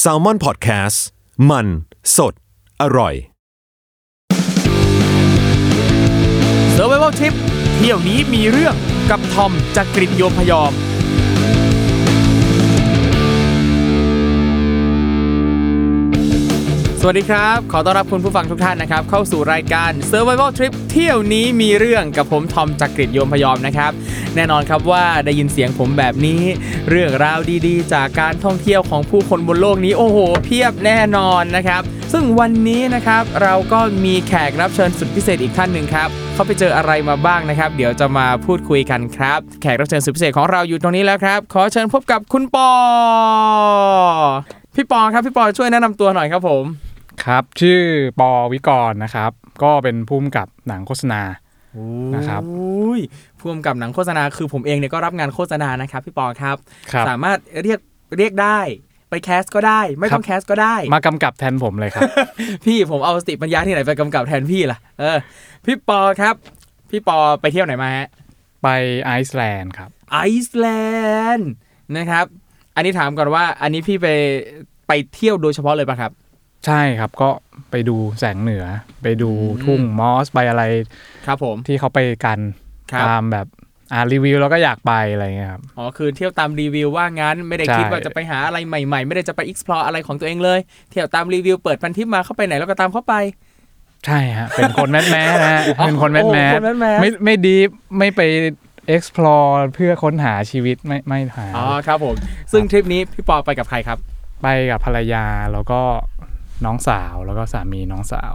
แซลมอนพอดแคสต์มันสดอร่อย s u r v i v a l Trip เที่ยวนี้มีเรื่องกับทอมจากกรีฑโยมพยอม สวัสดีครับ ขอต้อนรับคุณผู้ฟังทุกท่านนะครับ เข้าสู่รายการ Survival Trip เที่ยวนี้มีเรื่องกับผมทอมจากกรีฑโยมพยอมนะครับ แน่นอนครับว่าได้ยินเสียงผมแบบนี้ เรื่องราวดีๆ จากการท่องเที่ยวของผู้คนบนโลกนี้โอ้โห เพียบแน่นอนนะครับ ซึ่งวันนี้นะครับเราก็มีแขกรับเชิญสุดพิเศษอีกท่านหนึ่งครับเขาไปเจออะไรมาบ้างนะครับ เดี๋ยวจะมาพูดคุยกันครับ แขกรับเชิญสุดพิเศษของเราอยู่ตรงนี้แล้วครับ ขอเชิญพบกับคุณปอ พี่ปอครับพี่ปอช่วยแนะนำตัวหน่อยครับผม ครับชื่อปอวิกรนะครับ ก็เป็นผู้กำกับหนังโฆษณา นะครับ โอ้ยพ่วงกับหนังโฆษณาคือผมเองเนี่ยก็รับงานโฆษณานะครับพี่ปอครับ ครับ สามารถเรียกเรียกได้ ไปแคสก็ได้ ไม่ต้อง ครับ แคสก็ได้ มากำกับแทนผมเลย ครับ พี่ผมเอาสติปัญญาที่ไหนไปกำกับแทนพี่ล่ะเออพี่ปอครับ พี่ปอไปเที่ยวไหนมาฮะ ไปไอซ์แลนด์ครับ ไอซ์แลนด์นะครับ อันนี้ถามก่อนว่า อันนี้พี่ไปไปเที่ยวโดยเฉพาะเลยปะครับ ใช่ครับก็ไปดูแสงเหนือ ไปดู อืม ทุ่งมอสไปอะไร ครับผม ที่เขาไปกัน ครับ ตามแบบอ่ารีวิวแล้วก็อยากไปอะไรเงี้ยครับ อ๋อคือเที่ยวตามรีวิวว่างั้นไม่ได้คิด ใช่ ว่าจะไปหาอะไรใหม่ๆ ไม่ได้จะไป explore อะไรของตัวเองเลย เที่ยวตามรีวิวเปิดพันทิปมาเข้าไปไหนแล้วก็ตามเข้าไป ใช่ฮะเป็นคนแมสแมสนะฮะเป็นคนแมสแม โอ้ ส คนแมสแมส ไม่ไม่ดีฟไม่ไป explore เพื่อค้นหาชีวิตไม่ไม่หา อ๋อครับผม ซึ่งทริปนี้พี่ปอไปกับใครครับ ไปกับภรรยาแล้วก็น้องสาวแล้วก็สามีน้องสาว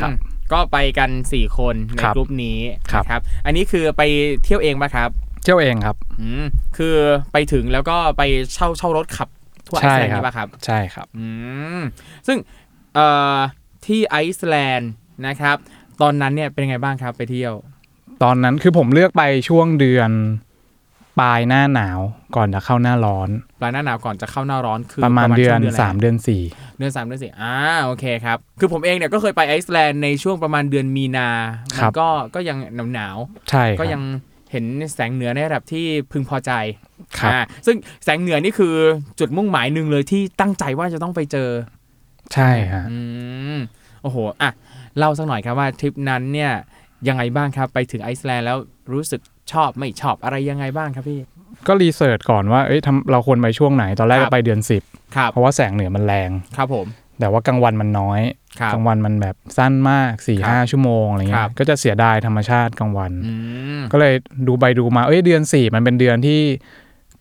ครับ ก็ไปกัน 4 คนใน ครับ กลุ่มนี้ ครับ นะครับ อันนี้คือไปเที่ยวเองปะครับ เที่ยวเองครับ อืมคือไปถึงแล้วก็ไปเช่าเช่ารถขับทั่วไอ ใช่ ซ์แลนด์ ครับ นี่ปะครับ ใช่ครับ อืมซึ่งเอ่อที่ไอซ์แลนด์นะครับ ตอนนั้นเนี่ยเป็นยังไงบ้างครับไปเที่ยว ตอนนั้นคือผมเลือกไปช่วงเดือนปลายหน้าหนาวก่อนจะเข้าหน้าร้อน ปลายหน้าหนาวก่อนจะเข้าหน้าร้อนคือ ประมาณเดือน ช่วงะไร สามเดือนสี่ เดือนสามเดือนสี่อ่าโอเคครับ คือผมเองเนี่ยก็เคยไปไอซ์แลนด์ในช่วงประมาณเดือนมีนา มันก็ก็ยังหนาวหนาวๆ ใช่ครับ ก็ยังเห็นแสงเหนือในระดับที่พึงพอใจ ครับ อ่าซึ่งแสงเหนือนี่คือจุดมุ่งหมายหนึ่งเลยที่ตั้งใจว่าจะต้องไปเจอ ใช่ฮะ อืมโอ้โหอ่ะเล่าสักหน่อยครับว่าทริปนั้นเนี่ยยังไงบ้างครับ ไปถึงไอซ์แลนด์แล้วรู้สึกชอบไม่ชอบอะไรยังไงบ้างครับพี่ ก็รีเสิร์ชก่อนว่าเอ้ยทำเราควรไปช่วงไหน ตอนแรก ครับ ก็ไปเดือนสิบ ครับ เพราะว่าแสงเหนือมันแรง ครับผม แต่ว่ากลางวันมันน้อย ครับ กลางวันมันแบบสั้นมาก4ี่ ครับ ห้าชั่วโมงอะไร ครั เงี้ บ ยก็จะเสียดายธรรมชาติกลางวัน อืม ก็เลยดูไปดูมาเอ้ยเดือนสี่มันเป็นเดือนที่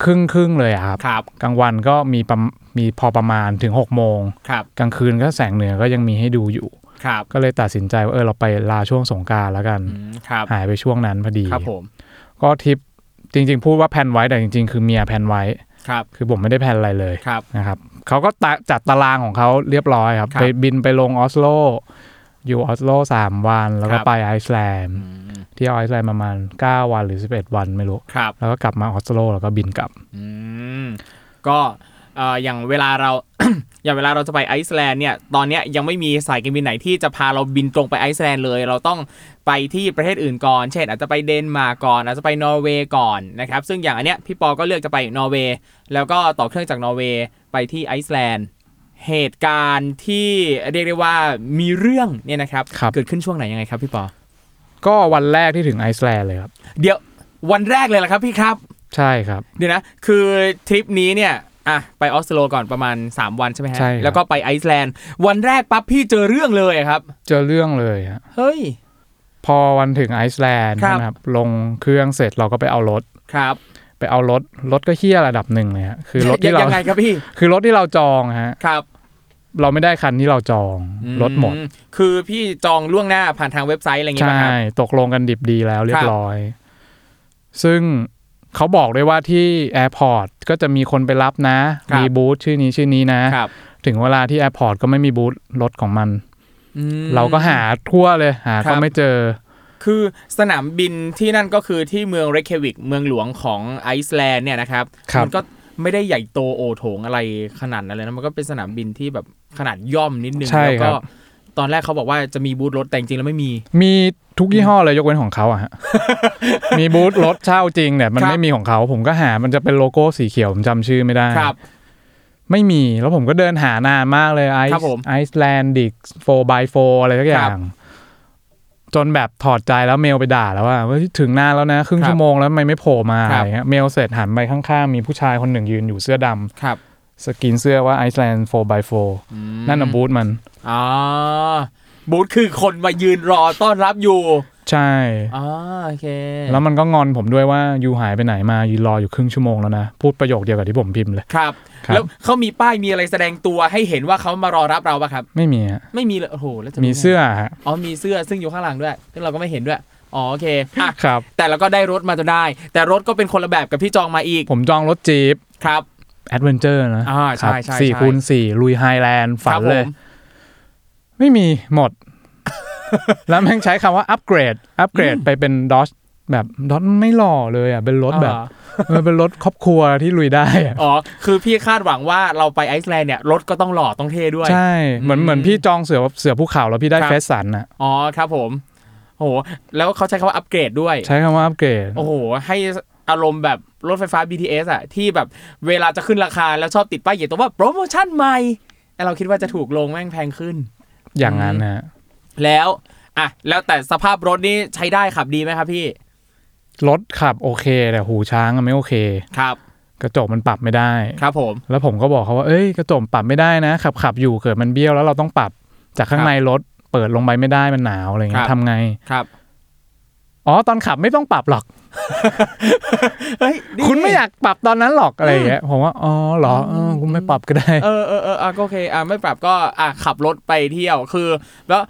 ครึ่งครึ่งๆเลยอะครับ ครับ กลางวันก็มีประมมีพอประมาณถึงหกโมง ครับ กลางคืนก็แสงเหนือก็ยังมีให้ดูอยู่ ครับ ก็เลยตัดสินใจว่าเออเราไปลาช่วงสงกรารแล้วกัน อืมครับ หายไปช่วงนั้นพอดี ครับผม ก็ทริปจริง ๆ พูดว่าแพลนไว้แต่จริง ๆ คือเมียแพลนไว้ ครับ คือผมไม่ได้แพลนอะไรเลย ครับ นะครับเขาก็ตะจัดตารางของเขาเรียบร้อยครับ ครับ ไปบินไปลงออสโลอยู่ออสโลสามวัน แล้วก็ ครับ ไปไอซ์แลนด์ อืม เที่ยวไอซ์แลนด์ประมาณ 9 วันหรือ 11 วันไม่รู้ ครับ แล้วก็กลับมาออสโลแล้วก็บินกลับ อืมก็เอ่ออย่างเวลาเรา อย่างเวลาเราจะไปไอซ์แลนด์เนี่ยตอนเนี้ยยังไม่มีสายการบินไหนที่จะพาเราบินตรงไปไอซ์แลนด์เลย เราต้องไปที่ประเทศอื่นก่อน เช่น อาจจะไปเดนมาร์กก่อน อาจจะไปนอร์เวย์ก่อนนะครับซึ่งอย่างอันเนี้ยพี่ปอก็เลือกจะไปนอร์เวย์แล้วก็ต่อเครื่องจากนอร์เวย์ไปที่ไอซ์แลนด์เหตุการณ์ที่เรียกได้ว่ามีเรื่องเนี่ยนะครับ ครับ เกิดขึ้นช่วงไหนยังไงครับพี่ปอ ก็วันแรกที่ถึงไอซ์แลนด์เลยครับ เดี๋ยววันแรกเลยเหรอครับพี่ครับ ใช่ครับ เดี๋ยวนะ คือทริปนี้เนี่ย อ่ะ ไปออสโลก่อนประมาณ 3 วันใช่ไหมฮะ ใช่ครับ แล้วก็ไปไอซ์แลนด์ วันแรกปั๊บพี่เจอเรื่องเลยอะครับ เจอเรื่องเลยฮะ เฮ้ย พอวันถึงไอซ์แลนด์ ครับ นะครับลงเครื่องเสร็จเราก็ไปเอารถ ครับ ไปเอารถ รถก็เฮี้ยระดับหนึ่งเลยฮะคือรถที่เราย งไงครับพี่ คือรถที่เราจองฮะ ครับ เราไม่ได้คันที่เราจอง รถหมด อืคือพี่จองล่วงหน้าผ่านทางเว็บไซต์อะไรอย่างเงี้ย ใช่ ป่ะครับ ตกลงกันดิบดีแล้วเรียบร้อย ซึ่งเขาบอกด้วยว่าที่แอร์พอร์ตก็จะมีคนไปรับนะ ครับ มีบูธชื่อนี้ชื่อนี้นะ ครับ ถึงเวลาที่แอร์พอร์ตก็ไม่มีบูธรถของมัน อืม เราก็หาทั่วเลยหา ครั ก็ บ ไม่เจอ คือสนามบินที่นั่นก็คือที่เมืองเรคเควิกเมืองหลวงของไอซ์แลนด์เนี่ยนะครับ ครับ มัก็ไม่ได้ใหญ่โตโอโถงอะไรขนาดนั้นเลยนะมันก็เป็นสนามบินที่แบบขนาดย่อมนิดนึง ใช่ แล้ว ครั ก็ บ ตอนแรกเขาบอกว่าจะมีบูธรถแต่จริงๆแล้วไม่มี มีทุกยี่ห้อเลยยกเว้นของเขาอะฮะ มีบูธรถเช่าจริงเนี่ยมัน ครับ ไม่มีของเขา ผมก็หามันจะเป็นโลโก้สีเขียวผมจำชื่อไม่ได้ ครับ ไม่มีแล้วผมก็เดินหานานมากเลยไอ ครับผม ซ์ไอซ์แลนดิกโฟบายโฟอะไรสักครัอย่าง บ จนแบบถอดใจแล้วเมลไปด่าแล้วว่าเฮ้ยถึงนานแล้วนะ ครึ่ง ครับ ชั่วโมงแล้วทำไมไม่โผล่มา ค อะ รับ ไรเงี้ยเมลเสร็จหันไปข้างๆ มีผู้ชายคนหนึ่งยืนอยู่เสื้อดำ ครับ สกรีนเสื้อว่าไอซ์แลนด์โฟบายโฟนั่นน่ะบูธมัน อ๋อบูธคือคนมายืนรอต้อนรับอยู่ ใช่ อ๋อโอเค แล้วมันก็งอนผมด้วยว่ายูหายไปไหนมายูรออยู่ครึ่งชั่วโมงแล้วนะ พูดประโยคเดียวกับที่ผมพิมพ์เลย ครับ ครับ แล้วเขามีป้ายมีอะไรแสดงตัวให้เห็นว่าเขามารอรับเราปะครับ ไม่มีอะ ไม่มีเลยโอ้โหแล้วจะ มี รู้ไง เสื้อฮะ อ๋อมีเสื้อซึ่งอยู่ข้างหลังด้วย ซึ่งเราก็ไม่เห็นด้วยอ๋อโอเคอ่ะ ครับ แต่เราก็ได้รถมาจนได้ แต่รถก็เป็นคนละแบบกับที่จองมาอีก ผมจองรถจีบ ครับ แอดเวนเจอร์นะ อ่าใช่ ครับ ใช่ สี่ ใช่ คูณสี่ลุยไฮแลนด์คฝัรั น บ เลย ผม ไม่มีห มด แล้วแม่งใช้คำว่าอัปเกรด อัปเกรดไปเป็นดอ e แบบดอ e ไม่หล่อเลยอ่ะ เป็นรถแบบ อ่า เออเป็นรถครอบครัวที่ลุยได้อะ อ๋อ คือพี่คาดหวังว่าเราไปไอซ์แลนด์เนี่ย รถก็ต้องหล่อต้องเท่ด้วย ใช่ เหมือนเหมือนพี่จองเสือเสือภูเขาแล้วพี่ได้ ครับ เฟสสันอ่ะ อ๋อครับผม โอ้โห แล้วเขาใช้คำว่าอัปเกรดด้วย ใช้คำว่าอัปเกรด โอ้โห ให้อารมณ์แบบรถไฟฟ้า BTS อะที่แบบเวลาจะขึ้นราคาแล้วชอบติดป้ายเขียนตัวว่าโปรโมชั่นใหม่แต่เราคิดว่าจะถูกลงแม่งแพงขึ้น อย่างนั้นนะฮะ แล้วอ่ะแล้วแต่สภาพรถนี่ใช้ได้ขับดีไหมครับพี่ รถขับโอเค แต่หูช้างอะไม่โอเค ครับ กระจกมันปรับไม่ได้ ครับผม แล้วผมก็บอกเขาว่า เอ้ย กระจกปรับไม่ได้นะ ขับขับอยู่เกิดมันเบี้ยวแล้วเราต้องปรับ จากข้างในรถเปิดลงไปไม่ได้มันหนาวอะไร ค เงี้ รั ย บ ทำไง ครับ อ๋อ ตอนขับไม่ต้องปรับหรอก เฮ้ยดี คุณไม่อยากปรับตอนนั้นหรอกอะไรเงี้ย ผมว่า อ๋อเหรอเออคุณไม่ปรับก็ได้ เออเออเอออ่ะก็โอเค อ่ะไม่ปรับก็อ่ะขับรถไปเที่ยว คือ แล้ว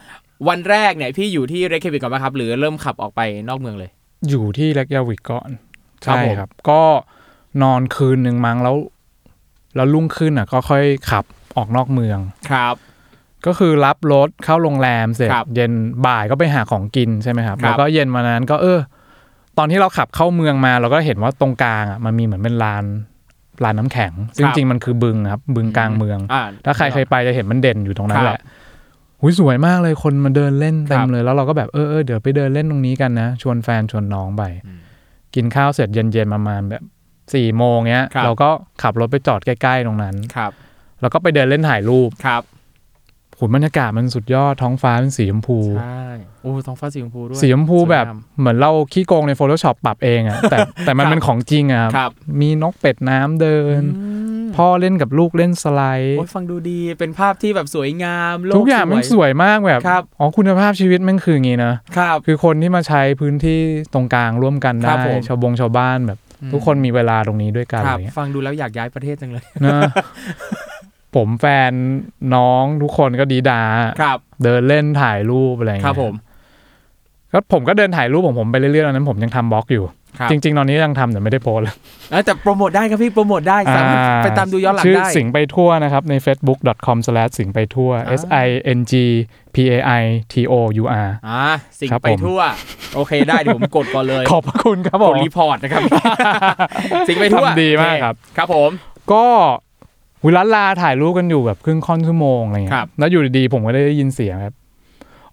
วันแรกเนี่ยพี่อยู่ที่เรคเคบิกก่อนไหมครับ หรือเริ่มขับออกไปนอกเมืองเลย อยู่ที่เล็กยาวิกก่อน ครับ ใช่ ผม ครับ ก็นอนคืนหนึ่งมั้งแล้ว แล้วรุ่งขึ้นอ่ะ ก็ค่อยขับออกนอกเมือง ครับ ก็คือรับรถเข้าโรงแรมเสร็จ ครับ เย็นบ่ายก็ไปหาของกินใช่ไหมครับ ครับ แล้วก็เย็นวันนั้นก็เออ ตอนที่เราขับเข้าเมืองมา เราก็เห็นว่าตรงกลางอ่ะมันมีเหมือนเป็นลานลานน้ำแข็งซึ่งจริงๆมันคือบึงครับ บึงกลางเมือง อ่า ถ้าใครเคยไปจะเห็นมันเด่นอยู่ตรงนั้ ครับนแหละหุยสวยมากเลยคนมาเดินเล่นเต็ ครั ม บ เลย แล้วเราก็แบบเออเออเดี๋ยวไปเดินเล่นตรงนี้กันนะ ชวนแฟนชวนน้องไป อืม กินข้าวเสร็จเย็นๆประมาณแบบสี่โมงเงี้ย ครับ เราก็ขับรถไปจอดใกล้ๆตรงนั้น ครับ แล้วก็ไปเดินเล่นถ่ายรูป ครับ ขุนบรรยากาศมันสุดยอดท้องฟ้าเป็นสีชมพู ใช่โอ้ท้องฟ้าสีชมพูด้วย สีชมพูแบบ สวยงาม เหมือนเราขี้โกงใน Photoshop ปรับเองอะแต่แต่มั คน รับ เป็นของจริงอะครับ ครับ มีนกเป็ดน้ำเดิน อืม พ่อเล่นกับลูกเล่นสไลด์ โอ้ยฟังดูดีเป็นภาพที่แบบสวยงามโล ทุกอย่างมันสวยมากแบบ ครับ อ๋อคุณภาพชีวิตแมันคืออย่างงี้นะ ครับ คือคนที่มาใช้พื้นที่ตรงกลางร่วมกัน ครั ได้ บผม ชาวบงชาวบ้านแบบ ทุกคนมีเวลาตรงนี้ด้วยกัน ค อะ รับ ไรเงี้ย ฟังดูแล้วอยากย้ายประเทศจังเลย นะ ผมแฟนน้องทุกคนก็ดีดา ครับ เดินเล่นถ่ายรูปอะไรเงี้ย ครับผม ก็ผมก็เดินถ่ายรูปของผมไปเรื่อยๆตอนนั้นผมยังทำบล็อกอยู่ ครับ จริง ๆ ตอนนี้ยังทำแต่ไม่ได้โพสต์แล้ว เอ้ยแต่โปรโมทได้ครับพี่โปรโมทได้สามารถ อ่ ไปตามดูย้อนหลัง ชื่อ ได้ สิงห์ไปทั่วนะครับใน facebook.com slash สิงห์ไปทั่ว อ่า s i n g p a i t o u r อ่าสิ่ง ครับ ไป ผม ทั่ว โอเคได้เดี๋ยวผมกดก่อนเลย ขอบพระคุณครับผ ก ม ดรีพอร์ตนะครับ สิ่งไปทั่ว ทำดีมากครับ โอเครับผม ก็วิลันลาถ่ายรูปกันอยู่แบบครึ่งค่อนชั่วโมงอะไร ครั เงี้ บ ยแล้วอยู่ดีๆผมก็ได้ยินเสียงครับ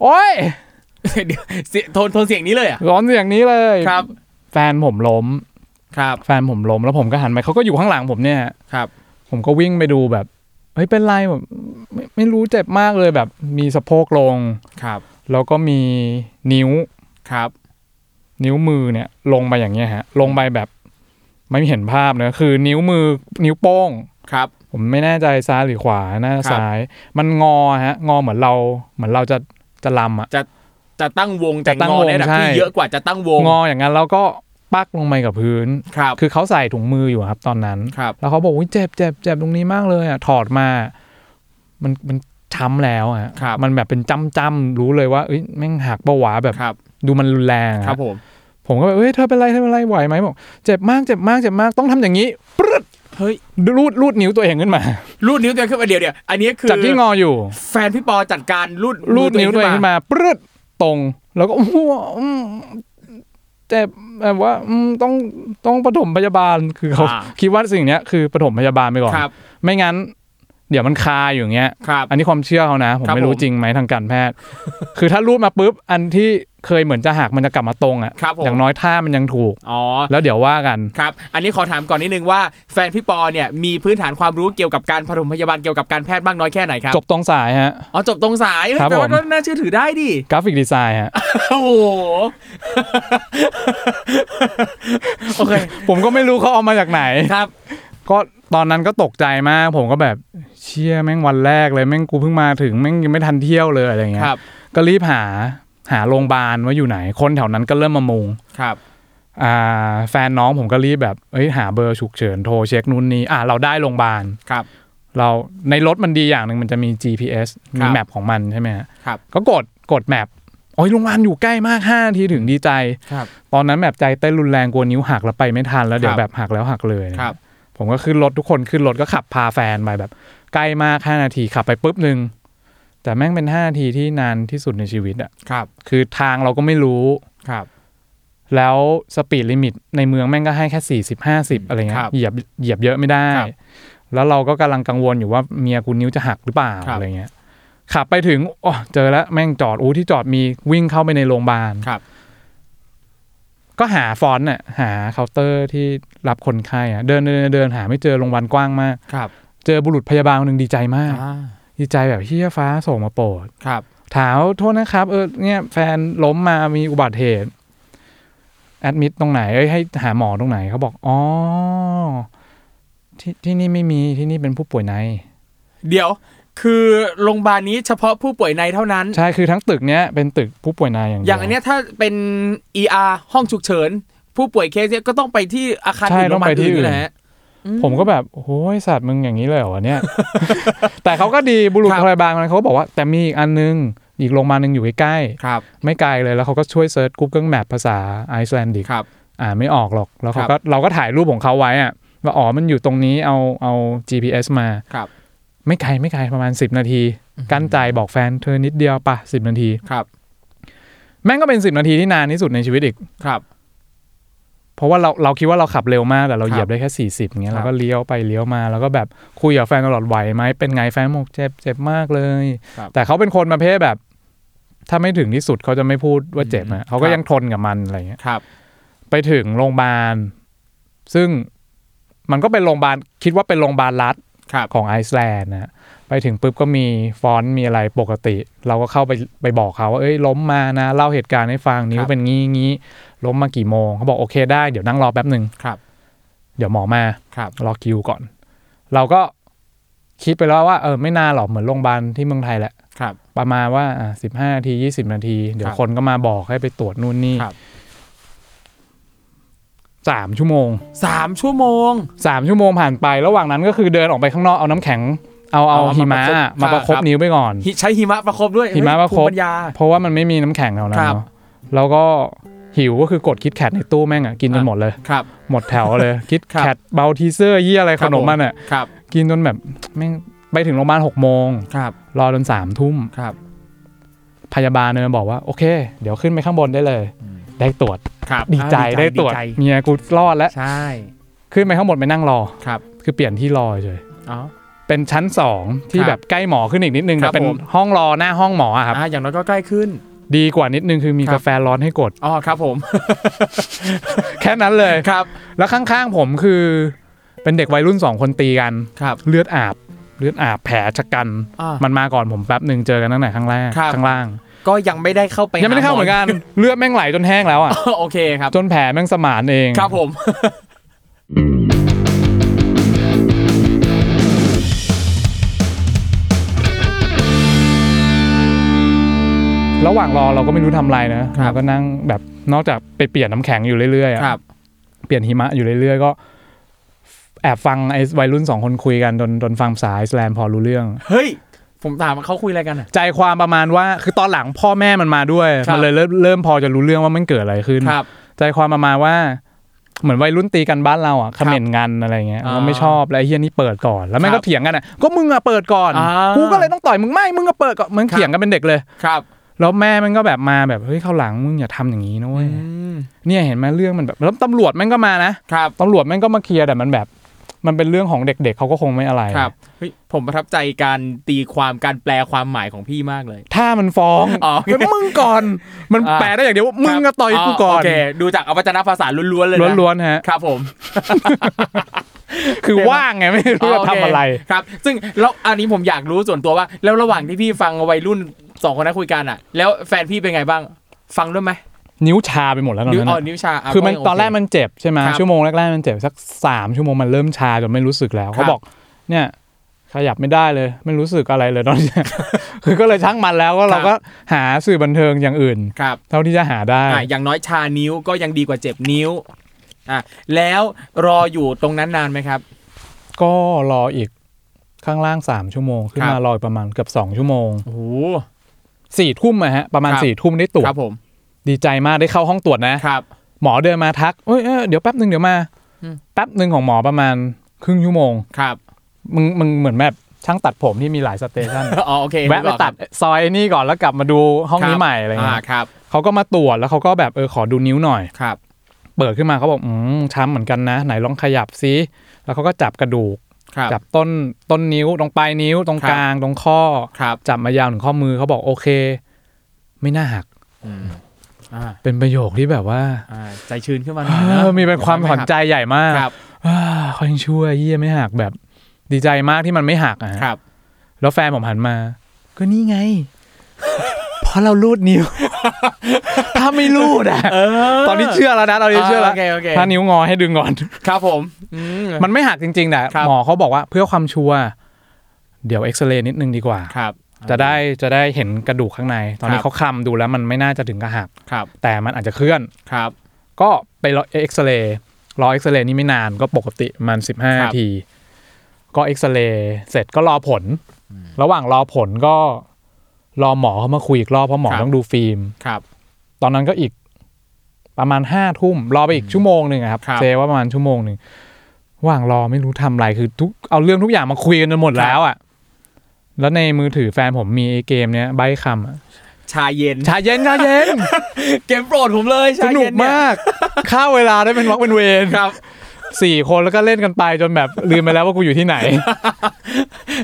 โอ้ย เดี๋ยวเสียโทนโทนเสียงนี้เลยอ่ะ ร้อนเสียงนี้เลย ครับ แฟนผมล้ม ครับ แฟนผมล้มแล้วผมก็หันไปเขาก็อยู่ข้างหลังผมเนี่ย ครับ ผมก็วิ่งไปดูแบบเฮ้ยเป็นไรแบบไม่ไม่รู้เจ็บมากเลยแบบ มีสะโพกลง ครับ แล้วก็มีนิ้ว ครับ นิ้วมือเนี่ย ลงไปอย่างเงี้ยฮะ ลงไปแบบ ไม่เห็นภาพนะคือ นิ้วมือนิ้วโป้ง ครับ ผมไม่แน่ใจซ้ายหรือขวาน่าคจะรับ ซ้าย มันงอฮะ งอเหมือนเรา เหมือนเราจะจะลำอ่ะ จะตั้งวง จะตั้งวง ในระดับที่ ใช่ เยอะกว่าจะตั้งวง งออย่างนั้นแล้วก็ปักลงไปกับพื้น ครับ คือเขาใส่ถุงมืออยู่ครับตอนนั้น ครับ แล้วเขาบอกว่าเจ็บเจ็บเจ็บตรงนี้มากเลยอ่ะถอดมา มันมันช้ำแล้วอ่ะ ครับ มันแบบเป็นจ้ำจ้ำๆรู้เลยว่าเอ้ยแม่งหักปะหวะแบบ ครับ ดูมันรุนแรงอะ ครับผม ผมก็แบบเอ้ยเธอเป็นไรเธอเป็นไรไหวไหมบอกเจ็บมากเจ็บมากเจ็บมากต้องทำอย่างนี้ปรึ๊ด เฮ้ย รูดรูดนิ้วตัวเองขึ้นมา รูดนิ้วตัวเองขึ้นมาเดี๋ยวเดี๋ยวอันนี้คือ จากที่งออยู่ แฟนพี่ปอจัดการรูด รูดนิ้วตัวเองขึ้นมาปรึดตรง แล้วก็โอ้โหอืมเจ็บแบบว่าอืมต้องต้องปฐมพยาบาลคือเขา อ่า คิดว่าสิ่งเนี้ยคือปฐมพยาบาลไปก่อน ครับ ไม่งั้น เดี๋ยวมันคาอยู่อย่างเงี้ย ครับ อันนี้ความเชื่อเขานะ ผม ครับ ไม่ ผม รู้จริงไหมทางการแพทย์ คือถ้ารูดมาปุ๊บ อันที่ เคยเหมือนจะหักมันจะกลับมาตรงอ่ะ ครับผม อย่างน้อยท่ามันยังถูก อ๋อ แล้วเดี๋ยวว่ากัน ครับ อันนี้ขอถามก่อนนิดนึงว่าแฟนพี่ปอเนี่ยมีพื้นฐานความรู้เกี่ยวกับการผสมพยาบาลเกี่ยวกับการแพทย์บ้างน้อยแค่ไหนครับ จบตรงสายฮะ อ๋อจบตรงสายเอ้ย ครับ แต่ว่า ผม ก็น่าเชื่อถือได้ดิ กราฟิกดีไซน์ฮะ โอ้โห โอเค ผมก็ไม่รู้เขาเอามาจากไหน ครับ ก็ตอนนั้นก็ตกใจมาก ผมก็แบบเชี่ยแม่งวันแรกเลยแม่งกูเพิ่งมาถึงแม่งยังไม่ทันเที่ยวเลยอะไรเงี้ ค ย รับ ก็รีบหาหาโรงพยาบาลว่าอยู่ไหน คนแถวนั้นก็เริ่มมามุง ครับ อ่าแฟนน้องผมก็รีบแบบเอ้ยหาเบอร์ฉุกเฉินโทรเช็คนู่นนี่อ่าเราได้โรงพยาบาล ครับ เราในรถมันดีอย่างหนึ่งมันจะมี GPS ครั มี บ แมปของมันใช่ไหมฮะ ครับ ก็กดกดแมปโอ้ยโรงพยาบาลอยู่ใกล้มาก5นาทีถึงดีใจ ครับ ตอนนั้นแบบใจเต้นรุนแรงกลัวนิ้วหักแล้วไปไม่ทันแล้วเดี๋คยรั ว บ แบบหักแล้วหักเลย ครับ ผมก็ขึ้นรถทุกคนขึ้นรถก็ขับพาแฟนไปแบบ ใกล้มาก 5 นาทีขับไปปุ๊บหนึ่งแต่แม่งเป็น 5 นาทีที่นานที่สุดในชีวิตอะ ครับ คือทางเราก็ไม่รู้ ครับ แล้วสปีดลิมิตในเมืองแม่งก็ให้แค่ 40 50 อะไรเงี้ ครั ย บ เหยียบเหยียบเยอะไม่ได้ ครับ แล้วเราก็กำลังกังวลอยู่ว่าเมียกูนิ้วจะหักหรือเปล่า ครับ อะไรเงี้ยขับไปถึงอ๋อเจอแล้วแม่งจอดอู้ที่จอดมีวิ่งเข้าไปในโรงพยาบาล ครับ ก็หาฟอนต์น่ะหาเคาน์เตอร์ที่รับคนไข้อะเดินเดินเดินหาไม่เจอโรงพยาบาลกว้างมาก ครับ เจอบุรุษพยาบาลคนหนึ่งดีใจมาก อ่า ดีใจแบบเฮียฟ้าส่งมาโปรด ครับ ถามว่าโทษนะครับเออเนี่ยแฟนล้มมามีอุบัติเหตุแอดมิดตรงไหนเอ้ยให้หาหมอตรงไหนเขาบอกอ๋อที่ที่นี่ไม่มีที่นี่เป็นผู้ป่วยใน เดี๋ยว คือโรงพยาบาลนี้เฉพาะผู้ป่วยในเท่านั้น ใช่คือทั้งตึกเนี้ยเป็นตึกผู้ป่วยในอย่างเดี อย่างอันเนี้ยถ้าเป็น ER ห้องฉุกเฉิน ผู้ป่วยเคสเนี่ยก็ต้องไปที่อาคาร ใช่ อื่นโร ต้ ง อ พ ง ยาบาลไปที่ อื่น อื่ นี่ น แหละฮะ ผมก็แบบโอ้ยสัตว์มึงอย่างนี้เลยเหรอเนี่ย แต่เขาก็ดีบุรุษ ครับ พยาบาลคนนั้นเขาก็บอกว่าแต่มีอีกอันนึง อีกโรงพยาบาลหนึงอยู่ใกล้ ครับ ๆไม่ไกลเลยแล้วเขาก็ช่วยเซิร์ช Google Map ภาษาไอซ์แลนดิก ครับ อ่านไม่ออกหรอกแล้วเขา ครั ก็ บ เราก็ถ่ายรูปของเขาไว้อะว่าอ๋อมันอยู่ตรงนี้เอาเอา GPS มา ครับ ไม่ไกลไม่ไกลประมาณ 10 นาที กั้นใจบอกแฟนเธอนิดเดียวปะ10 นาที ครับ แม่งก็เป็น 10 นาทีที่นานที่สุดในชีวิตอีก ครับ เพราะว่าเราเราคิดว่าเราขับเร็วมาก แต่เรา ครับ เหยียบได้แค่ 40อย่างคเงี้รั ย บ เราก็เลี้ยวไปเลี้ยวมาแล้วก็แบบคุยกับแฟนตลอดไหวไหมเป็นไงแฟนบอกเจ็บเจ็บมากเลย แต่เขาเป็นคนประเภทแบบ ถ้าไม่ถึงที่สุดเขาจะไม่พูดว่าเจ็บนะเขาก็ยังทนกับมันอะไรอย่างเงี้ย ครับ ไปถึงโรงพยาบาล ซึ่งมันก็เป็นโรงพยาบาลคิดว่าเป็นโรงพยาบาลรัฐ ครับ ของไอซ์แลนด์นะฮะไปถึงปุ๊บก็มีฟอนต์มีอะไรปกติ เราก็เข้าไปไปบอกเขาว่าเอ้ยล้มมานะ เล่าเหตุการณ์ให้ฟังนิ้ คว รับ เป็นงี้งี้ล้มมากี่โมงเขาบอกโอเคได้เดี๋ยวนั่งรอแป๊บหนึ่ง ครับ เดี๋ยวหมอมา ครับ รอคิวก่อน เราก็คิดไปแล้วว่าเออไม่นานหรอกเหมือนโรงพยาบาลที่เมืองไทยแหละ ครับ ประมาณว่าสิบห้านาทียี่สิบนาที เดี๋ยว ครับ คนก็มาบอกให้ไปตรวจนู่นนี่ ครับ สามชั่วโมง สามชั่วโมง สามชั่วโมงผ่านไประหว่างนั้นก็คือเดินออกไปข้างนอกเอาน้ำแข็ง เอาเอา เอามา หิมะ ประคบ มาประคบ ครับ นิ้วไปก่อน หิใช้หิมะประคบด้วย หิมะประคภูบมิปัญญา เพราะว่ามันไม่มีน้ำแข็งแถวนั้น ครับ เนอะแล้วก็หิวก็คือกดคิดแคทในตู้แม่งอ่ะกินจนหมดเลย ครับ หมดแถวเลย คิด ครับ แคทเบาทีเซอร์ยี่อะไร ครั ข บ นม ผม มันอ่ะ ครับ กินจนแบบแม่งไปถึงโรงพยาบาลหกโมง ครับ รอจนสามทุ่ม ครับ พยาบาลเนี่ยบอกว่าโอเค เดี๋ยวขึ้นไปข้างบนได้เลย อืม ได้ตรวจ ครับ ดีใจได้ตรวจเมียกูรอดแล้ว ใช่ ขึ้นไปข้างบนไปนั่งรอ ครับ คือเปลี่ยนที่รอเฉย อ๋อ เป็นชั้นสองที่ ครับ แบบใกล้หมอขึ้นอีกนิดนึง ครั แต่ บ เป็น ผม ห้องรอหน้าห้องหมออะครับ อ่าอย่างน้อยก็ใกล้ขึ้น ดีกว่านิดนึงคือมี ครับ กาแฟร้อนให้กด อ๋อครับผม แค่นั้นเลย ครับ แล้วข้างๆผมคือ เป็นเด็กวัยรุ่นสองคนตีกัน ครับ เลือดอาบ เลือดอาบแผลชะกัน อ่ามั มันมาก่อนผมแป๊บหนึ่งเจอกันตั้งแต่ข้างแรก ครับ ข้างล่าง ก็ยังไม่ได้เข้าไป ยังไม่ได้เข้าเหมือนกัน เลือดแม่งไหลจนแห้งแล้วอ่ะ หาหมอ โอเคครับ จนแผลแม่งสมานเอง ครับผม ระหว่างรอเราก็ไม่รู้ทำอะไรนะครับ เราก็นั่งแบบนอกจากไปเปลี่ยนน้ำแข็งอยู่เรื่อยๆอะ ครับ เปลี่ยนหิมะอยู่เรื่อยๆ ก็ แอบฟังไอ้วัยรุ่นสองคนคุยกันจนจนฟังภาษาไอซ์แลนด์พอรู้เรื่อง เฮ้ย ผมถามว่าเขาคุยอะไรกันอ่ะ ใจความประมาณว่าคือตอนหลังพ่อแม่มันมาด้วย ครับ มันเลยเริ่มเริ่มพอจะรู้เรื่องว่ามันเกิดอะไรขึ้น ครับ ใจความประมาณว่า เหมือนวัยรุ่นตีกันบ้านเราอ่ะเขม่นกันอะไรเงี้ย อ่า เราไม่ชอบแล้วไอ้เฮียนี่เปิดก่อน แล้วแม่ง ครั ก็ บ เถียงกันอ่ะก็มึงอ่ะเปิดก่อน อ่ากู กูก็เลยต้องต่อยมึงไม่มึงก็เปิดก่อนมึง ครับ เถียงกันเป็นเด็กเลย ครับ แล้วแม่มันก็แบบมาแบบเฮ้ยเข้าหลังมึงอย่าทำอย่างนี้นะเว้ย ม เนี่ยเห็นไหมเรื่องมันแบบแล้วตำรวจแม่งก็มานะ ครับ ตำรวจแม่งก็มาเคลียร์แต่มันแบบ ม มันเป็นเรื่องของเด็กๆเขาก็คงไม่อะไร ครับเฮ้ยผมประทับใจการตีความการแปลความหมายของพี่มากเลย ถ้ามันฟ้อง อ๋อโอเค แล้วมึงก่อน มัน อ่า แปลได้อย่างเดียวว่ามึงก็ต่อยกูก่อน โอเคดูจากอวัจนภาษาล้วนๆเลยนะ ล้วนๆฮะ ครับผม คือว่างไงไม่รู้จะ โเค ทำอะไร ครับ ซึ่งแล้วอันนี้ผมอยากรู้ส่วนตัวว่า แล้วระหว่างที่พี่ฟังวัยรุ่นสองคนนั้นคุยกันอ่ะ แล้วแฟนพี่เป็นไงบ้าง ฟังด้วยไหม นิ้วชาไปหมดแล้วตอน นิ้ว นั้น อ่อ อะ นิ้วชาะ คือมัน ก็ยังโ ตอนแรกมันเจ็บใช่ไหม ครับ ชั่วโมงแรกๆมันเจ็บสักสามชั่วโมงมันเริ่มชาจนไม่รู้สึกแล้ว ครั เขา บ บอก เนี่ย ขยับไม่ได้เลย ไม่รู้สึกอะไรเลยตอนเนี้ ย คือก็เลยช่างมันแล้วก็เราก็หาสื่อบันเทิงอย่างอื่น ครับ เท่าที่จะหาได้ อ่ะอย่างน้อยชานิ้วก็ยังดีกว่าเจ็บนิ้วอ่ะแล้วรออยู่ตรงนั้นนานไหมครับ ก็รออีกข้างล่างสามชั่วโมง ขึ้น ครับ มารออีกประมาณเกือบสองชั่วโมง โอ้ สี่ทุ่มอะฮะประมาณ ครับ สี่ทุ่มได้ตรวจ ครับผม ดีใจมากได้เข้าห้องตรวจนะ ครับ หมอเดินมาทักเอ้ยเอ้ยเดี๋ยวแป๊บหนึ่งเดี๋ยวมา อืม แป๊บหนึ่งของหมอประมาณครึ่งชั่วโมง ครับ มึงมึงเหมือนแบบช่างตัดผมที่มีหลายสเตชัน อ๋อโอเค แวะนึไปกออก ตัดซอยนี่ก่อนแล้วกลับมาดูห้องนี้ใหม่อะไร อ่า เงี้ย ครับ เขาก็มาตรวจแล้วเขาก็แบบเออขอดูนิ้วหน่อย ครับ เปิดขึ้นมาเขาบอกอืมช้ำเหมือนกันนะ ไหนลองขยับซิแล้วเขาก็จับกระดูก ครับ จับต้นต้นนิ้วตรงปลายนิ้วตรง ครับ กลางตรงข้อ ครับ จับมายาวถึงข้อมือเขาบอกโอเค ไม่น่าหัก อืมอ่า เป็นประโยคที่แบบว่า อ่าใจชื้นขึ้นมาหน่อย เอ นะ อมีเป็นความถอนใจใหญ่มาก ครับ อ่าเขายังช่วยเยี่ยไม่หักแบบดีใจมากที่มันไม่หักอ่ะ ครับ แล้วแฟนผมหันมา ก็นี่ไง เพราะเรารูดนิ้ว ถ้าไม่รูดอ่ะตอนนี้เชื่อแล้วนะตอนนี้เชื่อแล้ว โอเคโอเค ถ้านิ้วงอให้ดึงก่อน ครับผมอืม มันไม่หักจริงๆแต่ ครับ หมอเขาบอกว่าเพื่อความชัวร์เดี๋ยวเอ็กซเรย์นิดนึงดีกว่า ครับ จะได้จะได้เห็นกระดูกข้างใน ตอนคนี้รับ เขาคำดูแล้วมันไม่น่าจะถึงกับหัก ครับ แต่มันอาจจะเคลื่อน ครับ ก็ไปรอเอ็กซเรย์รอเอ็กซเรย์นี่ไม่นานก็ปกติประมันสิบห้า ครับ ที ก็เอ็กซเรย์เสร็จก็รอผล ระหว่างรอผลก็รอหมอเขามาคุยอีกรอบเพราะหมอต้องดูฟิล์ม ครับ ตอนนั้นก็อีกประมาณห้าทุ่มรอไปอีกชั่วโมงหนึ่งอะครับ ครับ เซว่าประมาณชั่วโมงหนึ่งระหว่างรอไม่รู้ทำอะไรคือทุกเอาเรื่องทุกอย่างมาคุยกันจนหมด ครับ แล้วอ่ะ แล้วในมือถือแฟนผมมีไอ้เกมเนี้ยใบคำอะ ชาเย็น ชาเย็นชาเย็น เกมโปรดผมเลย ส ชา นุก เย็นเนี่ย มากข้าวเวลาได้เป็นวักเป็นเวร ครับ สี่คนแล้วก็เล่นกันไปจนแบบลืมไปแล้วว่ากูอยู่ที่ไหน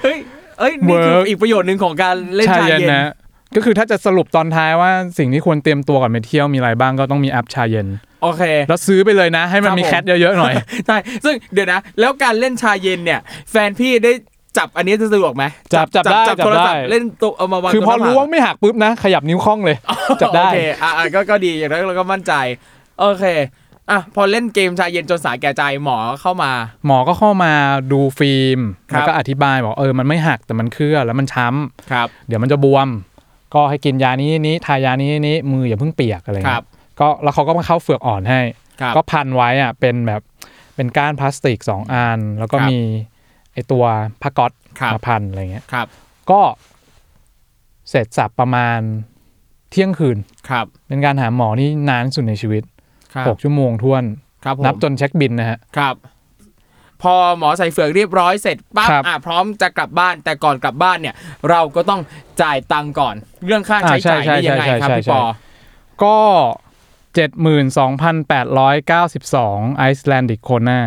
เฮ้ยเอ้ยนี่คือ Work อีกประโยชน์หนึ่งของการเล่นชาเย็น นะ ก็คือถ้าจะสรุปตอนท้ายว่าสิ่งที่ควรเตรียมตัวก่อนไปเที่ยวมีอะไรบ้างก็ต้องมีแอปชาเย็น โอเค แล้วซื้อไปเลยนะ ให้มันมี ครับผม แคทเยอะๆหน่อย ใช่ซึ่งเดี๋ยวนะ แล้วการเล่นชาเย็นเนี่ย แฟนพี่ได้จับอันนี้จะสะดวกไหม จับจับได้ จับ จับ โทรศัพท์ ได้ เล่นตัวเอามาวาง คือพอ ตงหน้ รู้ว่าไม่หักปุ๊บนะ ขยับนิ้วข้องเลย ผ จับได้ โอเคอ่ะอ่ะก็ก็ดีอย่างนั้นเราก็มั่นใจโอเคอ่ะพอเล่นเกมชาเย็นจนสาแก่ใจหมอเข้ามา หมอก็เข้ามาดูฟิล์ม ครับ แล้วก็อธิบายบอกเออมันไม่หักแต่มันเคลื่อนแล้วมันช้ ครับ ำเดี๋ยวมันจะบวม ก็ให้กินยานี้นี้ทายานี้นี้มืออย่าเพิ่งเปียกอะไร ครั เงี้ บ ยก็แล้วเขาก็มาเข้าเฟือกอ่อนให้ ครับ ก็พันไว้อ่ะเป็นแบบเป็นก้านพลาสติกสองอัน แล้วก็ ครับ มีไอตัวผ้าก๊อต ครับ มาพันอะไรเงี้ย ครับ ก็เสร็จสับประมาณเที่ยงคืน ครับ เป็นการหาหมอนี่นานที่สุดในชีวิต ครับ หกชั่วโมงท้วน ครับผม นับจนเช็คบินนะฮะ ครับ พอหมอใส่เฟือกเรียบร้อยเสร็จปั๊บ ครับ อ่ะพร้อมจะกลับบ้านแต่ก่อนกลับบ้านเนี่ย เราก็ต้องจ่ายตังค์ก่อน เรื่องค่าใช้ อ่าใช่ จ่ายนี่ ใช่ ยังไงครับ ใช่ พี่ ใช่ ปอ ก็เจ็ดหมื่นสองพันแปดร้อยเก้าสิบสองไอซ์แลนดิกโคนา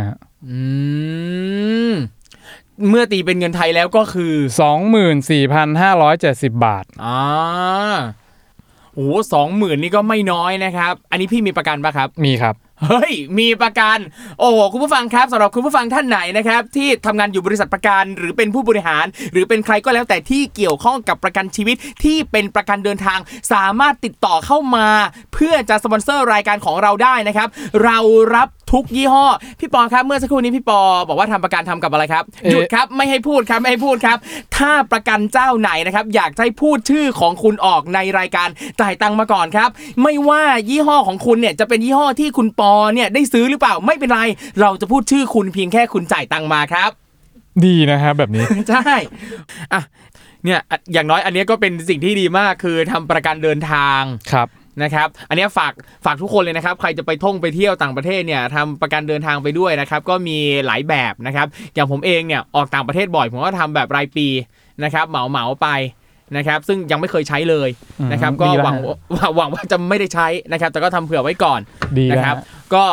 อืมเมื่อตีเป็นเงินไทยแล้วก็คือ สองหมื่นสี่พันห้าร้อยเจ็ดสิบบาท อ่าโอ้สองหมื่นนี่ก็ไม่น้อยนะครับ อันนี้พี่มีประกันปะครับ มีครับ เฮ้ย มีประกัน โอ้โห คุณผู้ฟังครับสำหรับคุณผู้ฟังท่านไหนนะครับ ที่ทำงานอยู่บริษัทประกัน หรือเป็นผู้บริหาร หรือเป็นใครก็แล้วแต่ที่เกี่ยวข้องกับประกันชีวิตที่เป็นประกันเดินทาง สามารถติดต่อเข้ามา เพื่อจะสปอนเซอร์รายการของเราได้นะครับ เรารับทุกยี่ห้อ พี่ปอครับเมื่อสักครู่นี้พี่ปอ บอกว่าทำประกันทำกับอะไรครับ เอ่อ หยุดครับไม่ให้พูดครับไม่ให้พูดครับ ถ้าประกันเจ้าไหนนะครับ อยากจะให้พูดชื่อของคุณออกในรายการจ่ายตังค์มาก่อนครับ ไม่ว่ายี่ห้อของคุณเนี่ยจะเป็นยี่ห้อที่คุณปอเนี่ยได้ซื้อหรือเปล่าไม่เป็นไร เราจะพูดชื่อคุณเพียงแค่คุณจ่ายตังค์มาครับ ดีนะครับแบบนี้ ใช่อ่ะเนี่ยอ่ะอย่างน้อยอันเนี้ยก็เป็นสิ่งที่ดีมากคือทำประกันเดินทาง ครับ นะครับอันเนี้ยฝากฝากทุกคนเลยนะครับ ใครจะไปท่องไปเที่ยวต่างประเทศเนี่ยทำประกันเดินทางไปด้วยนะครับ ก็มีหลายแบบนะครับ อย่างผมเองเนี่ยออกต่างประเทศบ่อย ผมก็ทำแบบรายปีนะครับ เหมาเหมาๆไปนะครับ ซึ่งยังไม่เคยใช้เลยนะครับ อืม ก็ ดีแล้ว หวัง ฮะ หวังหวังว่าจะไม่ได้ใช้นะครับ แต่ก็ทำเผื่อไว้ก่อน ดี นะ นะ ค ค รั รับ บ ก็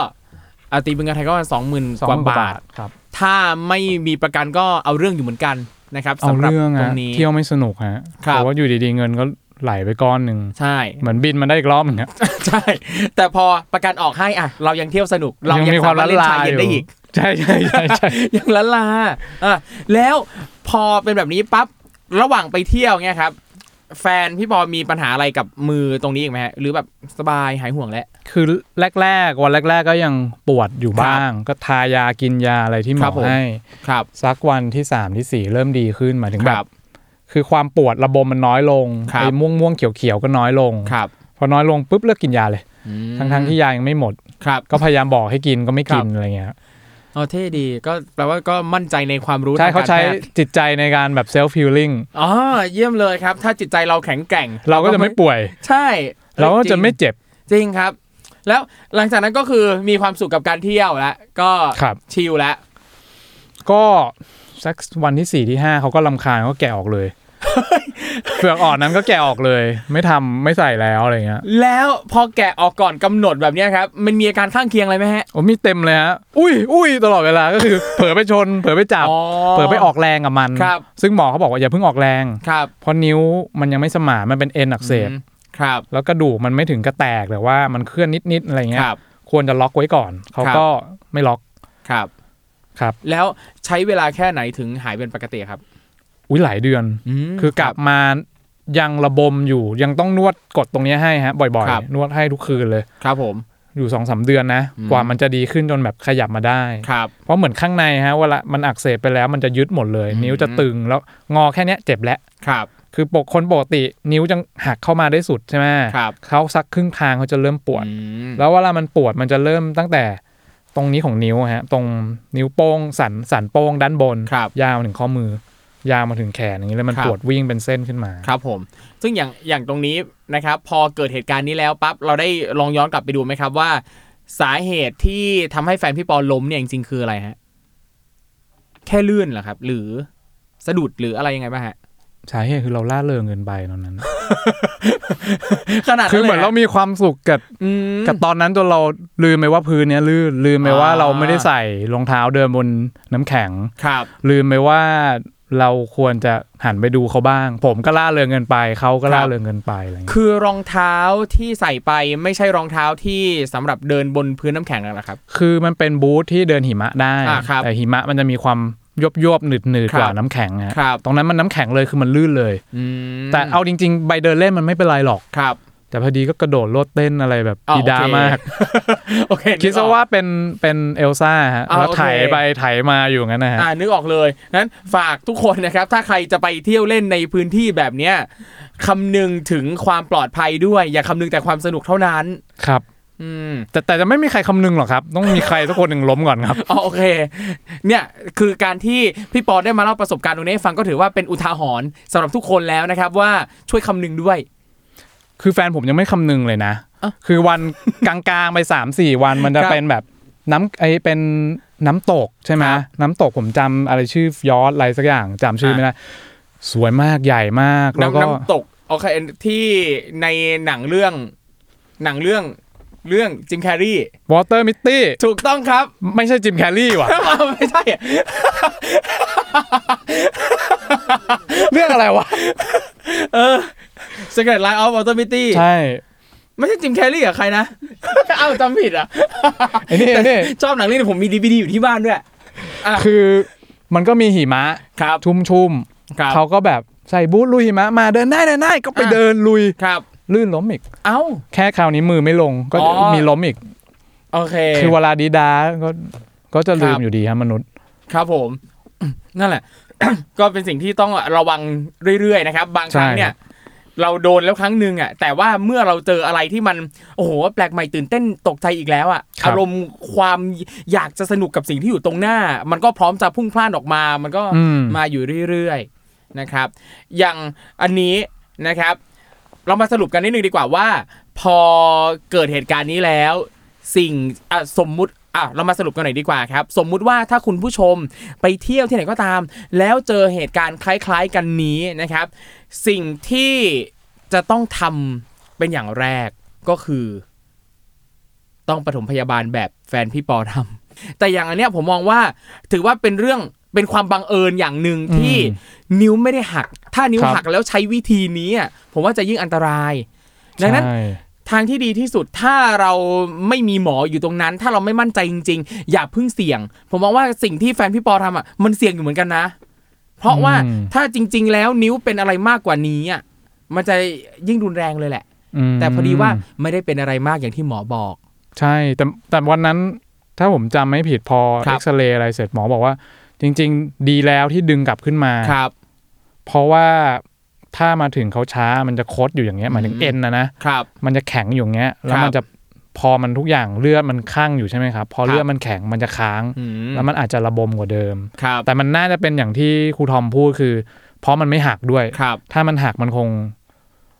เอาตีเป็นเงินไทยก็สองหมื่นกว่าบาท ครับ ถ้าไม่มีประกันก็เอาเรื่องอยู่เหมือนกันนะครับ เอา สำหรับ เรื่อง ตร อะ งนี้ เที่ยวไม่สนุกฮะ ครับ เพราะว่าอยู่ดีๆเงินก็ไหลไปก้อนหนึ่ง ใช่ เหมือนบินมาได้อีกรอบหนึงอะ ใช่ แต่พอประกันออกให้อ่ะ เรายังเที่ยวสนุก เรายัง มีสาวคาม มารถเล่นชายเย็นได้ ล้าลาอยู่ อีก ใช่ใช่ใช่ใช่ ยังละลาอ่ะแล้วพอเป็นแบบนี้ปั๊บระหว่างไปเที่ยวเนี่ยครับ แฟนพี่ปอมีปัญหาอะไรกับมือตรงนี้อีกไหมฮะหรือแบบสบายหายห่วงแล้ว คือแรกๆวันแรก ๆ ก็ยังปวดอยู่ ครับ บ้าง ก็ทายากินยาอะไรที่หม ครั อบ ผม ให้ ครับ สักวันที่สามที่สี่เริ่มดีขึ้นหมายถึง ค แบ รั บบ คือความปวดระบมมันน้อยลง ครับ ไอ้ม่วงม่วงๆเขียวเขียวๆก็น้อยลง ครับ พอน้อยลงปุ๊บเลิกกินยาเลย อืม ทั้งทั้งๆที่ยายังไม่หมด ครับ ก็พยายามบอกให้กินก็ไม่กิน ครับ อะไรเงี้ย อ๋อเท่ดีก็แปลว่าก็มั่นใจในความรู้ ใช่เขา ท ใช้ งกรแพทย์ จิตใจในการแบบเซลฟ์ฮิลลิ่ง อ๋อเยี่ยมเลยครับ ถ้าจิตใจเราแข็งแกร่ง เราก็จะไม่ป่วย ใช่ เราก็จะไม่ จริง เจ็บ จริงครับ แล้วหลังจากนั้นก็คือมีความสุขกับการเที่ยวแล้วก็ ครับ ชิลแล้ว ก็สักวันที่สี่ที่ห้าเขาก็ลำคาญเขาก็แกะออกเลยเปลือกอ่อนนั้นก็แกะออกเลย ไม่ทำไม่ใส่แล้วอะไรเงี้ย แล้วพอแกะออกก่อนกำหนดแบบเนี้ยครับ มันมีอาการข้างเคียงอะไรไหมฮะ โอ้มีเต็มเลยฮะอุ้ยอุ้ยตลอดเวลาก็คือ เผลอไปชน เผลอไปจับ อ๋อ เผลอไปออกแรงกับมัน ครับ ซึ่งหมอเขาบอกว่าอย่าเพิ่งออกแรง ครับ เพราะนิ้วมันยังไม่สมานมันเป็นเอ็นอักเสบ อืมครับ แล้วกระดูกมันไม่ถึงกระแตกแต่ว่ามันเคลื่อนนิดๆอะไร ค เงี้ย รับ ควรจะล็อกไว้ก่อน เขา ครับ ก็ไม่ล็อก ครับ ครับ แล้วใช้เวลาแค่ไหนถึงหายเป็นปกติครับ อุ้ยหลายเดือน ม คือกลับมายังระบมอยู่ ยังต้องนวดกดตรงเนี้ยให้ฮะ บ่อย ครับ ๆ นวดให้ทุกคืนเลย ครับผม อยู่สองสาเดือนนะ อืม กว่ามันจะดีขึ้นจนแบบขยับมาได้ ครับ เพราะเหมือนข้างในฮะเวลามันอักเสบไปแล้วมันจะยึดหมดเลย อืม นิ้วจะตึงแล้วงอแค่เนี้ยเจ็บแล้ว ครับ คือปกคนปกตินิ้วจะหักเข้ามาได้สุดใช่ไหม ครับ เขาสักครึ่งทางเขาจะเริ่มปวด อืม แล้วเวลามันปวดมันจะเริ่มตั้งแต่ตรงนี้ของนิ้วฮะ ตรงนิ้วโป้งสันสันโป้งด้านบน ครับ ยาวมาถึงข้อมือ ยาวมาถึงแขนอย่างนี้แล้วมัน ครับ ปวดวิ่งเป็นเส้นขึ้นมา ครับผม ซึ่งอย่างอย่างตรงนี้นะครับ พอเกิดเหตุการณ์นี้แล้วปั๊บเราได้ลองย้อนกลับไปดูไหมครับว่า สาเหตุที่ทำให้แฟนพี่ปอล้มเนี่ยจริงๆคืออะไรฮะ แค่ลื่นเหรอครับ หรือสะดุดหรืออะไรยังไงบ้างฮะ สาเหตุคือเราล่าเริงเกินไปตอนนั้น ขนาด คือเหมือนเรามีความสุขกับ อืม กับตอนนั้นจนเราลืมไปว่าพื้นเนี้ยลื่นลืมไปว่า อ่า เราไม่ได้ใส่รองเท้าเดินบนน้ำแข็ง ครับ ลืมไปว่าเราควรจะหันไปดูเขาบ้าง ผมก็ล่าเริงเกินไปเขาก็ล่า ครับ เริงเกินไปอะไรอย่างเงี้ย คือรองเท้าที่ใส่ไปไม่ใช่รองเท้าที่สำหรับเดินบนพื้นน้ำแข็งแล้วนะครับ คือมันเป็นบูธที่เดินหิมะได้ อ่าครับ แต่หิมะมันจะมีความยวบยบๆหนืดหนืด ครับกว่าน้ำแข็งฮะ ครับ ตรงนั้นมันน้ำแข็งเลยคือมันลื่นเลย อืม แต่เอาจริง ๆ ใบเดินเล่นมันไม่เป็นไรหรอก ครับ แต่พอดีก็กระโดดโลดเต้นอะไรแบบ อ๋อ ดีดา โอเค มาก โอเคนึกออก คิดซะว่าเป็นเป็นเอลซ่าฮะ อ่า แล้ว โอเค ไถไปไถมาอยู่งั้นนะฮะ อ่านึกออกเลยนั้นฝากทุกคนนะครับ ถ้าใครจะไปเที่ยวเล่นในพื้นที่แบบเนี้ยคำนึงถึงความปลอดภัยด้วย อย่าคำนึงแต่ความสนุกเท่านั้น ครับ อืม แต่แต่จะไม่มีใครคำนึงหรอกครับ ต้องมีใครสักคนหนึ่งล้มก่อนครับ อ๋อโอเค เนี่ยคือการที่พี่ปอได้มาเล่าประสบการณ์ตรงนี้ให้ฟังก็ถือว่าเป็นอุทาหรณ์สำหรับทุกคนแล้วนะครับ ว่าช่วยคำนึงด้วย คือแฟนผมยังไม่คำนึงเลยนะ อ่ะ คือวัน กลางๆไป3ามสี่วันมันจะ ครับ เป็นแบบน้ำไอเป็นน้ำตกใช่ไหม ครับ น้ำตกผมจำอะไรชื่อยอดอะไรสักอย่างจำชื่อไม่ อ่ะ ได้สวยมากใหญ่มากแล้ว น้ำ ก็ น้ำตกโอเคที่ในหนังเรื่อง หนังเรื่องเรื่องจิมแคร์รี วอเตอร์มิตตี้ ถูกต้องครับ ไม่ใช่จิมแคลรี่ว่ะ ไม่ใช่อะ เรื่องอะไรวะ เออ Secret Life of Automity ใช่ ไม่ใช่จิมแคร์รี่เหรอใคร นะ เอ้าจำผิดเหรอ่ะ ไอ้นี่ไอ้นี่ ชอบหนังเรื่องนี้ผมมีดี d ดีอยู่ที่บ้านด้วย อ่ะ คือมันก็มีหิมะ ครับ ชุ่มๆ ครับ เขาก็แบบใส่บูทลุยหิมะมาเดินได้เดินได้ก็ไป อ่ะ เดินลุย ครับ ลื่นล้มอีก เอ้า แค่คราวนี้มือไม่ลงก็ อ๋อ มีล้มอีก โอเค คือเวลาดีดาก็ก็จะลื ครั ม บ อยู่ดีฮะมนุษย์ ครับผม นั่นแหละ ก็เป็นสิ่งที่ต้องระวังเรื่อยๆนะครับ บางครั้ง ใช่ เนี่ย เราโดนแล้วครั้งหนึ่งอ่ะ แต่ว่าเมื่อเราเจออะไรที่มันโอ้โหแปลกใหม่ตื่นเต้นตกใจอีกแล้วอ่ะอารมณ์ความอยากจะสนุกกับสิ่งที่อยู่ตรงหน้า มันก็พร้อมจะพุ่งพล่านออกมา มันก็ อืม มาอยู่เรื่อยๆนะครับ อย่างอันนี้นะครับ เรามาสรุปกันนิดนึงดีกว่าว่า พอเกิดเหตุการณ์นี้แล้ว สิ่งอ่ะสมมุติอ่ะเรามาสรุปกันหน่อยดีกว่าครับ สมมุติว่าถ้าคุณผู้ชมไปเที่ยวที่ไหนก็ตาม แล้วเจอเหตุการณ์คล้าย ๆ กันนี้นะครับ สิ่งที่จะต้องทำเป็นอย่างแรกก็คือ ต้องปฐมพยาบาลแบบแฟนพี่ปอทำ แต่อย่างอันเนี้ยผมมองว่าถือว่าเป็นเรื่องเป็นความบังเอิญอย่างหนึ่งที่นิ้วไม่ได้หัก ถ้านิ้ว ครับ หักแล้วใช้วิธีนี้อะผมว่าจะยิ่งอันตราย ดังนั้น ใช่ ทางที่ดีที่สุดถ้าเราไม่มีหมออยู่ตรงนั้น ถ้าเราไม่มั่นใจจริง ๆ อย่าเพิ่งเสี่ยง ผมมองว่าสิ่งที่แฟนพี่ปอทำอ่ะมันเสี่ยงอยู่เหมือนกันนะ เพราะว่าถ้าจริง ๆ แล้วนิ้วเป็นอะไรมากกว่านี้อ่ะมันจะยิ่งรุนแรงเลยแหละ ม แต่พอดีว่าไม่ได้เป็นอะไรมากอย่างที่หมอบอก ใช่แต่แต่วันนั้นถ้าผมจำไม่ผิดพอ ครับเอ็กซเรย์อะไรเสร็จหมอบอกว่า จริง ๆ ดีแล้วที่ดึงกลับขึ้นมา ครับ เพราะว่าถ้ามาถึงเขาช้ามันจะคดอยู่อย่างเงี้ยหมายถึง อืม เอ็นนะนะ ครับ มันจะแข็งอยู่อย่างเงี้ย แล้ควรับ มันจะพอมันทุกอย่างเลือดมันคั่งอยู่ใช่ไหมครับ พอเลือดมันแข็งมันจะค้าง อืม แล้วมันอาจจะระบมกว่าเดิม ครับ แต่มันน่าจะเป็นอย่างที่ครูทอมพูดคือ เพราะมันไม่หักด้วย ครับ ถ้ามันหักมันคง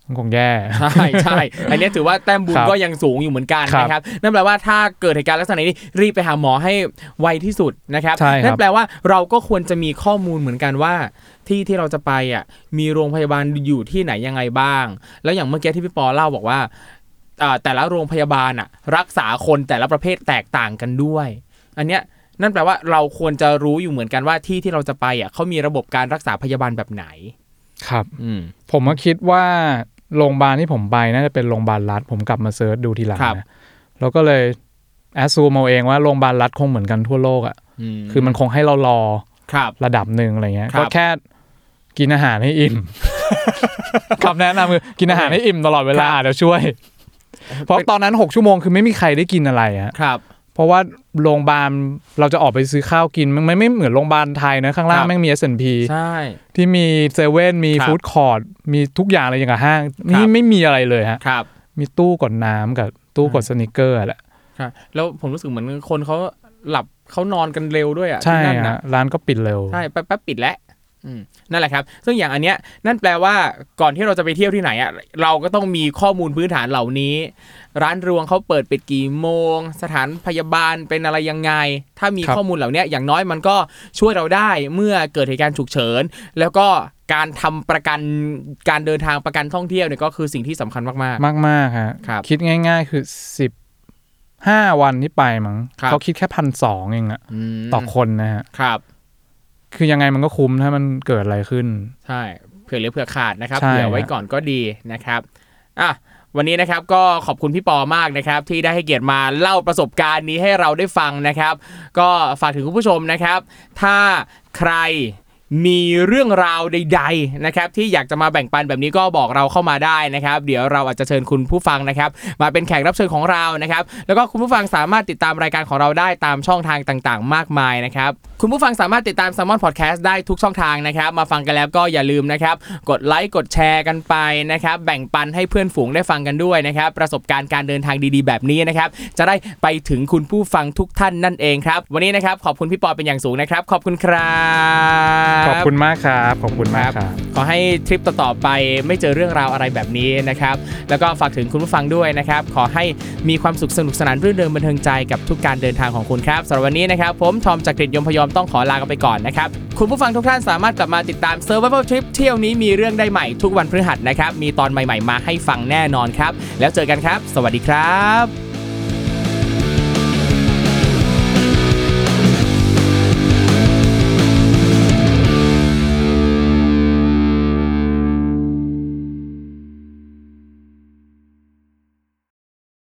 มันคงแย่ ใช่ใช่อันเนี้ยถือว่าแต้มบุญ ครับ ก็ยังสูงอยู่เหมือนกัน ครับ นะครับนั่นแปลว่าถ้าเกิดเหตุการณ์ลักษณะนี้รีบไปหาหมอให้ไวที่สุดนะครับ ใช่ครับ นั่นแปลว่าเราก็ควรจะมีข้อมูลเหมือนกันว่า ที่ที่เราจะไปอ่ะมีโรงพยาบาลอยู่ที่ไหนยังไงบ้าง แล้วอย่างเมื่อกี้ที่พี่ปอเล่าบอกว่าอ่าแต่ละโรงพยาบาลอ่ะ รักษาคนแต่ละประเภทแตกต่างกันด้วย อันเนี้ยนั่นแปลว่าเราควรจะรู้อยู่เหมือนกันว่าที่ที่เราจะไปอ่ะเขามีระบบการรักษาพยาบาลแบบไหน ครับ อืม ผมก็คิดว่าโรงพยาบาลที่ผมไปน่าจะเป็นโรงพยาบาลรัฐ ผมกลับมาเซิร์ชดูทีหลัง ครับ นะแล้วก็เลยแอสซูมเอาเองว่าโรงพยาบาลรัฐคงเหมือนกันทั่วโลกอะ่ะคือมันคงให้เรารอ ครับ ระดับหนึ่งอะไรเงี้ย ครับ ก็แค่กินอาหารให้อิ่ม คำแนะนำคือกินอาหารให้อิ่มตลอดเวคลารับ อาจจะช่วย เพราะตอนนั้น 6 ชั่วโมงคือไม่มีใครได้กินอะไรอะ ครับ เพราะว่าโรงพยาบาลเราจะออกไปซื้อข้าวกินมันมันไม่เหมือนโรงพยาบาลไทยนะ ข้างล่า ค ง รับ แม่งมี S&P ใช่ ที่มีเซเว่นมี ครับ ฟู้ดคอร์ทมีทุกอย่างอะไรอย่างกับห้าง ค นี่ รับ ไม่มีอะไรเลยฮะ ครับ มีตู้กดน้ำกับตู้กดสนิกเกอร์แหละ ครับ แล้วผมรู้สึกเหมือนคนเขาหลับเขานอนกันเร็วด้วยอ่ะ ใช่ ที่นั่น ฮะ นะ ร้านก็ปิดเร็ว ใช่แป๊บแป๊บปิดแล้วอืมนั่นแหละครับ ซึ่งอย่างอันเนี้ยนั่นแปลว่าก่อนที่เราจะไปเที่ยวที่ไหนอ่ะเราก็ต้องมีข้อมูลพื้นฐานเหล่านี้ ร้านรวงเขาเปิดปิดกี่โมง สถานพยาบาลเป็นอะไรยังไง ถ้ามี ครับ ข้อมูลเหล่าเนี้ยอย่างน้อยมันก็ช่วยเราได้เมื่อเกิดเหตุการณ์ฉุกเฉิน แล้วก็การทำประกันการเดินทางประกันท่องเที่ยวเนี่ยก็คือสิ่งที่สำคัญมาก มากมากๆฮะ ครับ คิดง่าย ๆ คือสิบห้าวันที่ไปมั้ง ครับ เขาคิดแค่พันสองเองอะ ๆอืม ต่อคนนะฮะ ครับ คือยังไงมันก็คุ้มถ้ามันเกิดอะไรขึ้น ใช่เผื่อเหลือเผื่อขาดนะครับ ใช่ เผื่อไว้ ครับ ก่อนก็ดีนะครับอ่ะวันนี้นะครับก็ขอบคุณพี่ปอมากนะครับ ที่ได้ให้เกียรติมาเล่าประสบการณ์นี้ให้เราได้ฟังนะครับ ก็ฝากถึงคุณผู้ชมนะครับ ถ้าใครมีเรื่องราวใด ๆนะครับ ที่อยากจะมาแบ่งปันแบบนี้ก็บอกเราเข้ามาได้นะครับ เดี๋ยวเราอาจจะเชิญคุณผู้ฟังนะครับ มาเป็นแขกรับเชิญของเรานะครับ แล้วก็คุณผู้ฟังสามารถติดตามรายการของเราได้ตามช่องทางต่างๆ มากมายนะครับ คุณผู้ฟังสามารถติดตาม s ซ l m o n Podcast ได้ทุกช่องทางนะครับ มาฟังกันแล้วก็อย่าลืมนะครับ กดไลค์กดแชร์กันไปนะครับ แบ่งปันให้เพื่อนฝูงได้ฟังกันด้วยนะครับ ประสบการณ์การเดินทางดีๆ แบบนี้นะครับ จะได้ไปถึงคุณผู้ฟังทุกท่านนั่นเองครับ วันนี้นะครับขอบคุณพี่ปอเป็นอย่างสูงนะครับ ขอบคุณครับ ขอบคุณมากครับขอบคุณมากครับ ขอให้ทริปต่อๆไปไม่เจอเรื่องราวอะไรแบบนี้นะครับ แล้วก็ฝากถึงคุณผู้ฟังด้วยนะครับ ขอให้มีความสุขสนุกสนานรื่นเริงบันเทิงใจกับทุกการเดินทางของคุณครับสำหรับวันนี้นะครับ ผมทอมจากกริฑยมพยอมต้องขอลากันไปก่อนนะครับ คุณผู้ฟังทุกท่านสามารถกลับมาติดตาม Survival Trip เที่ยวนี้มีเรื่องได้ใหม่ทุกวันพฤหัสนะครับ มีตอนใหม่ๆมาให้ฟังแน่นอนครับ แล้วเจอกันครับ สวัสดีครับ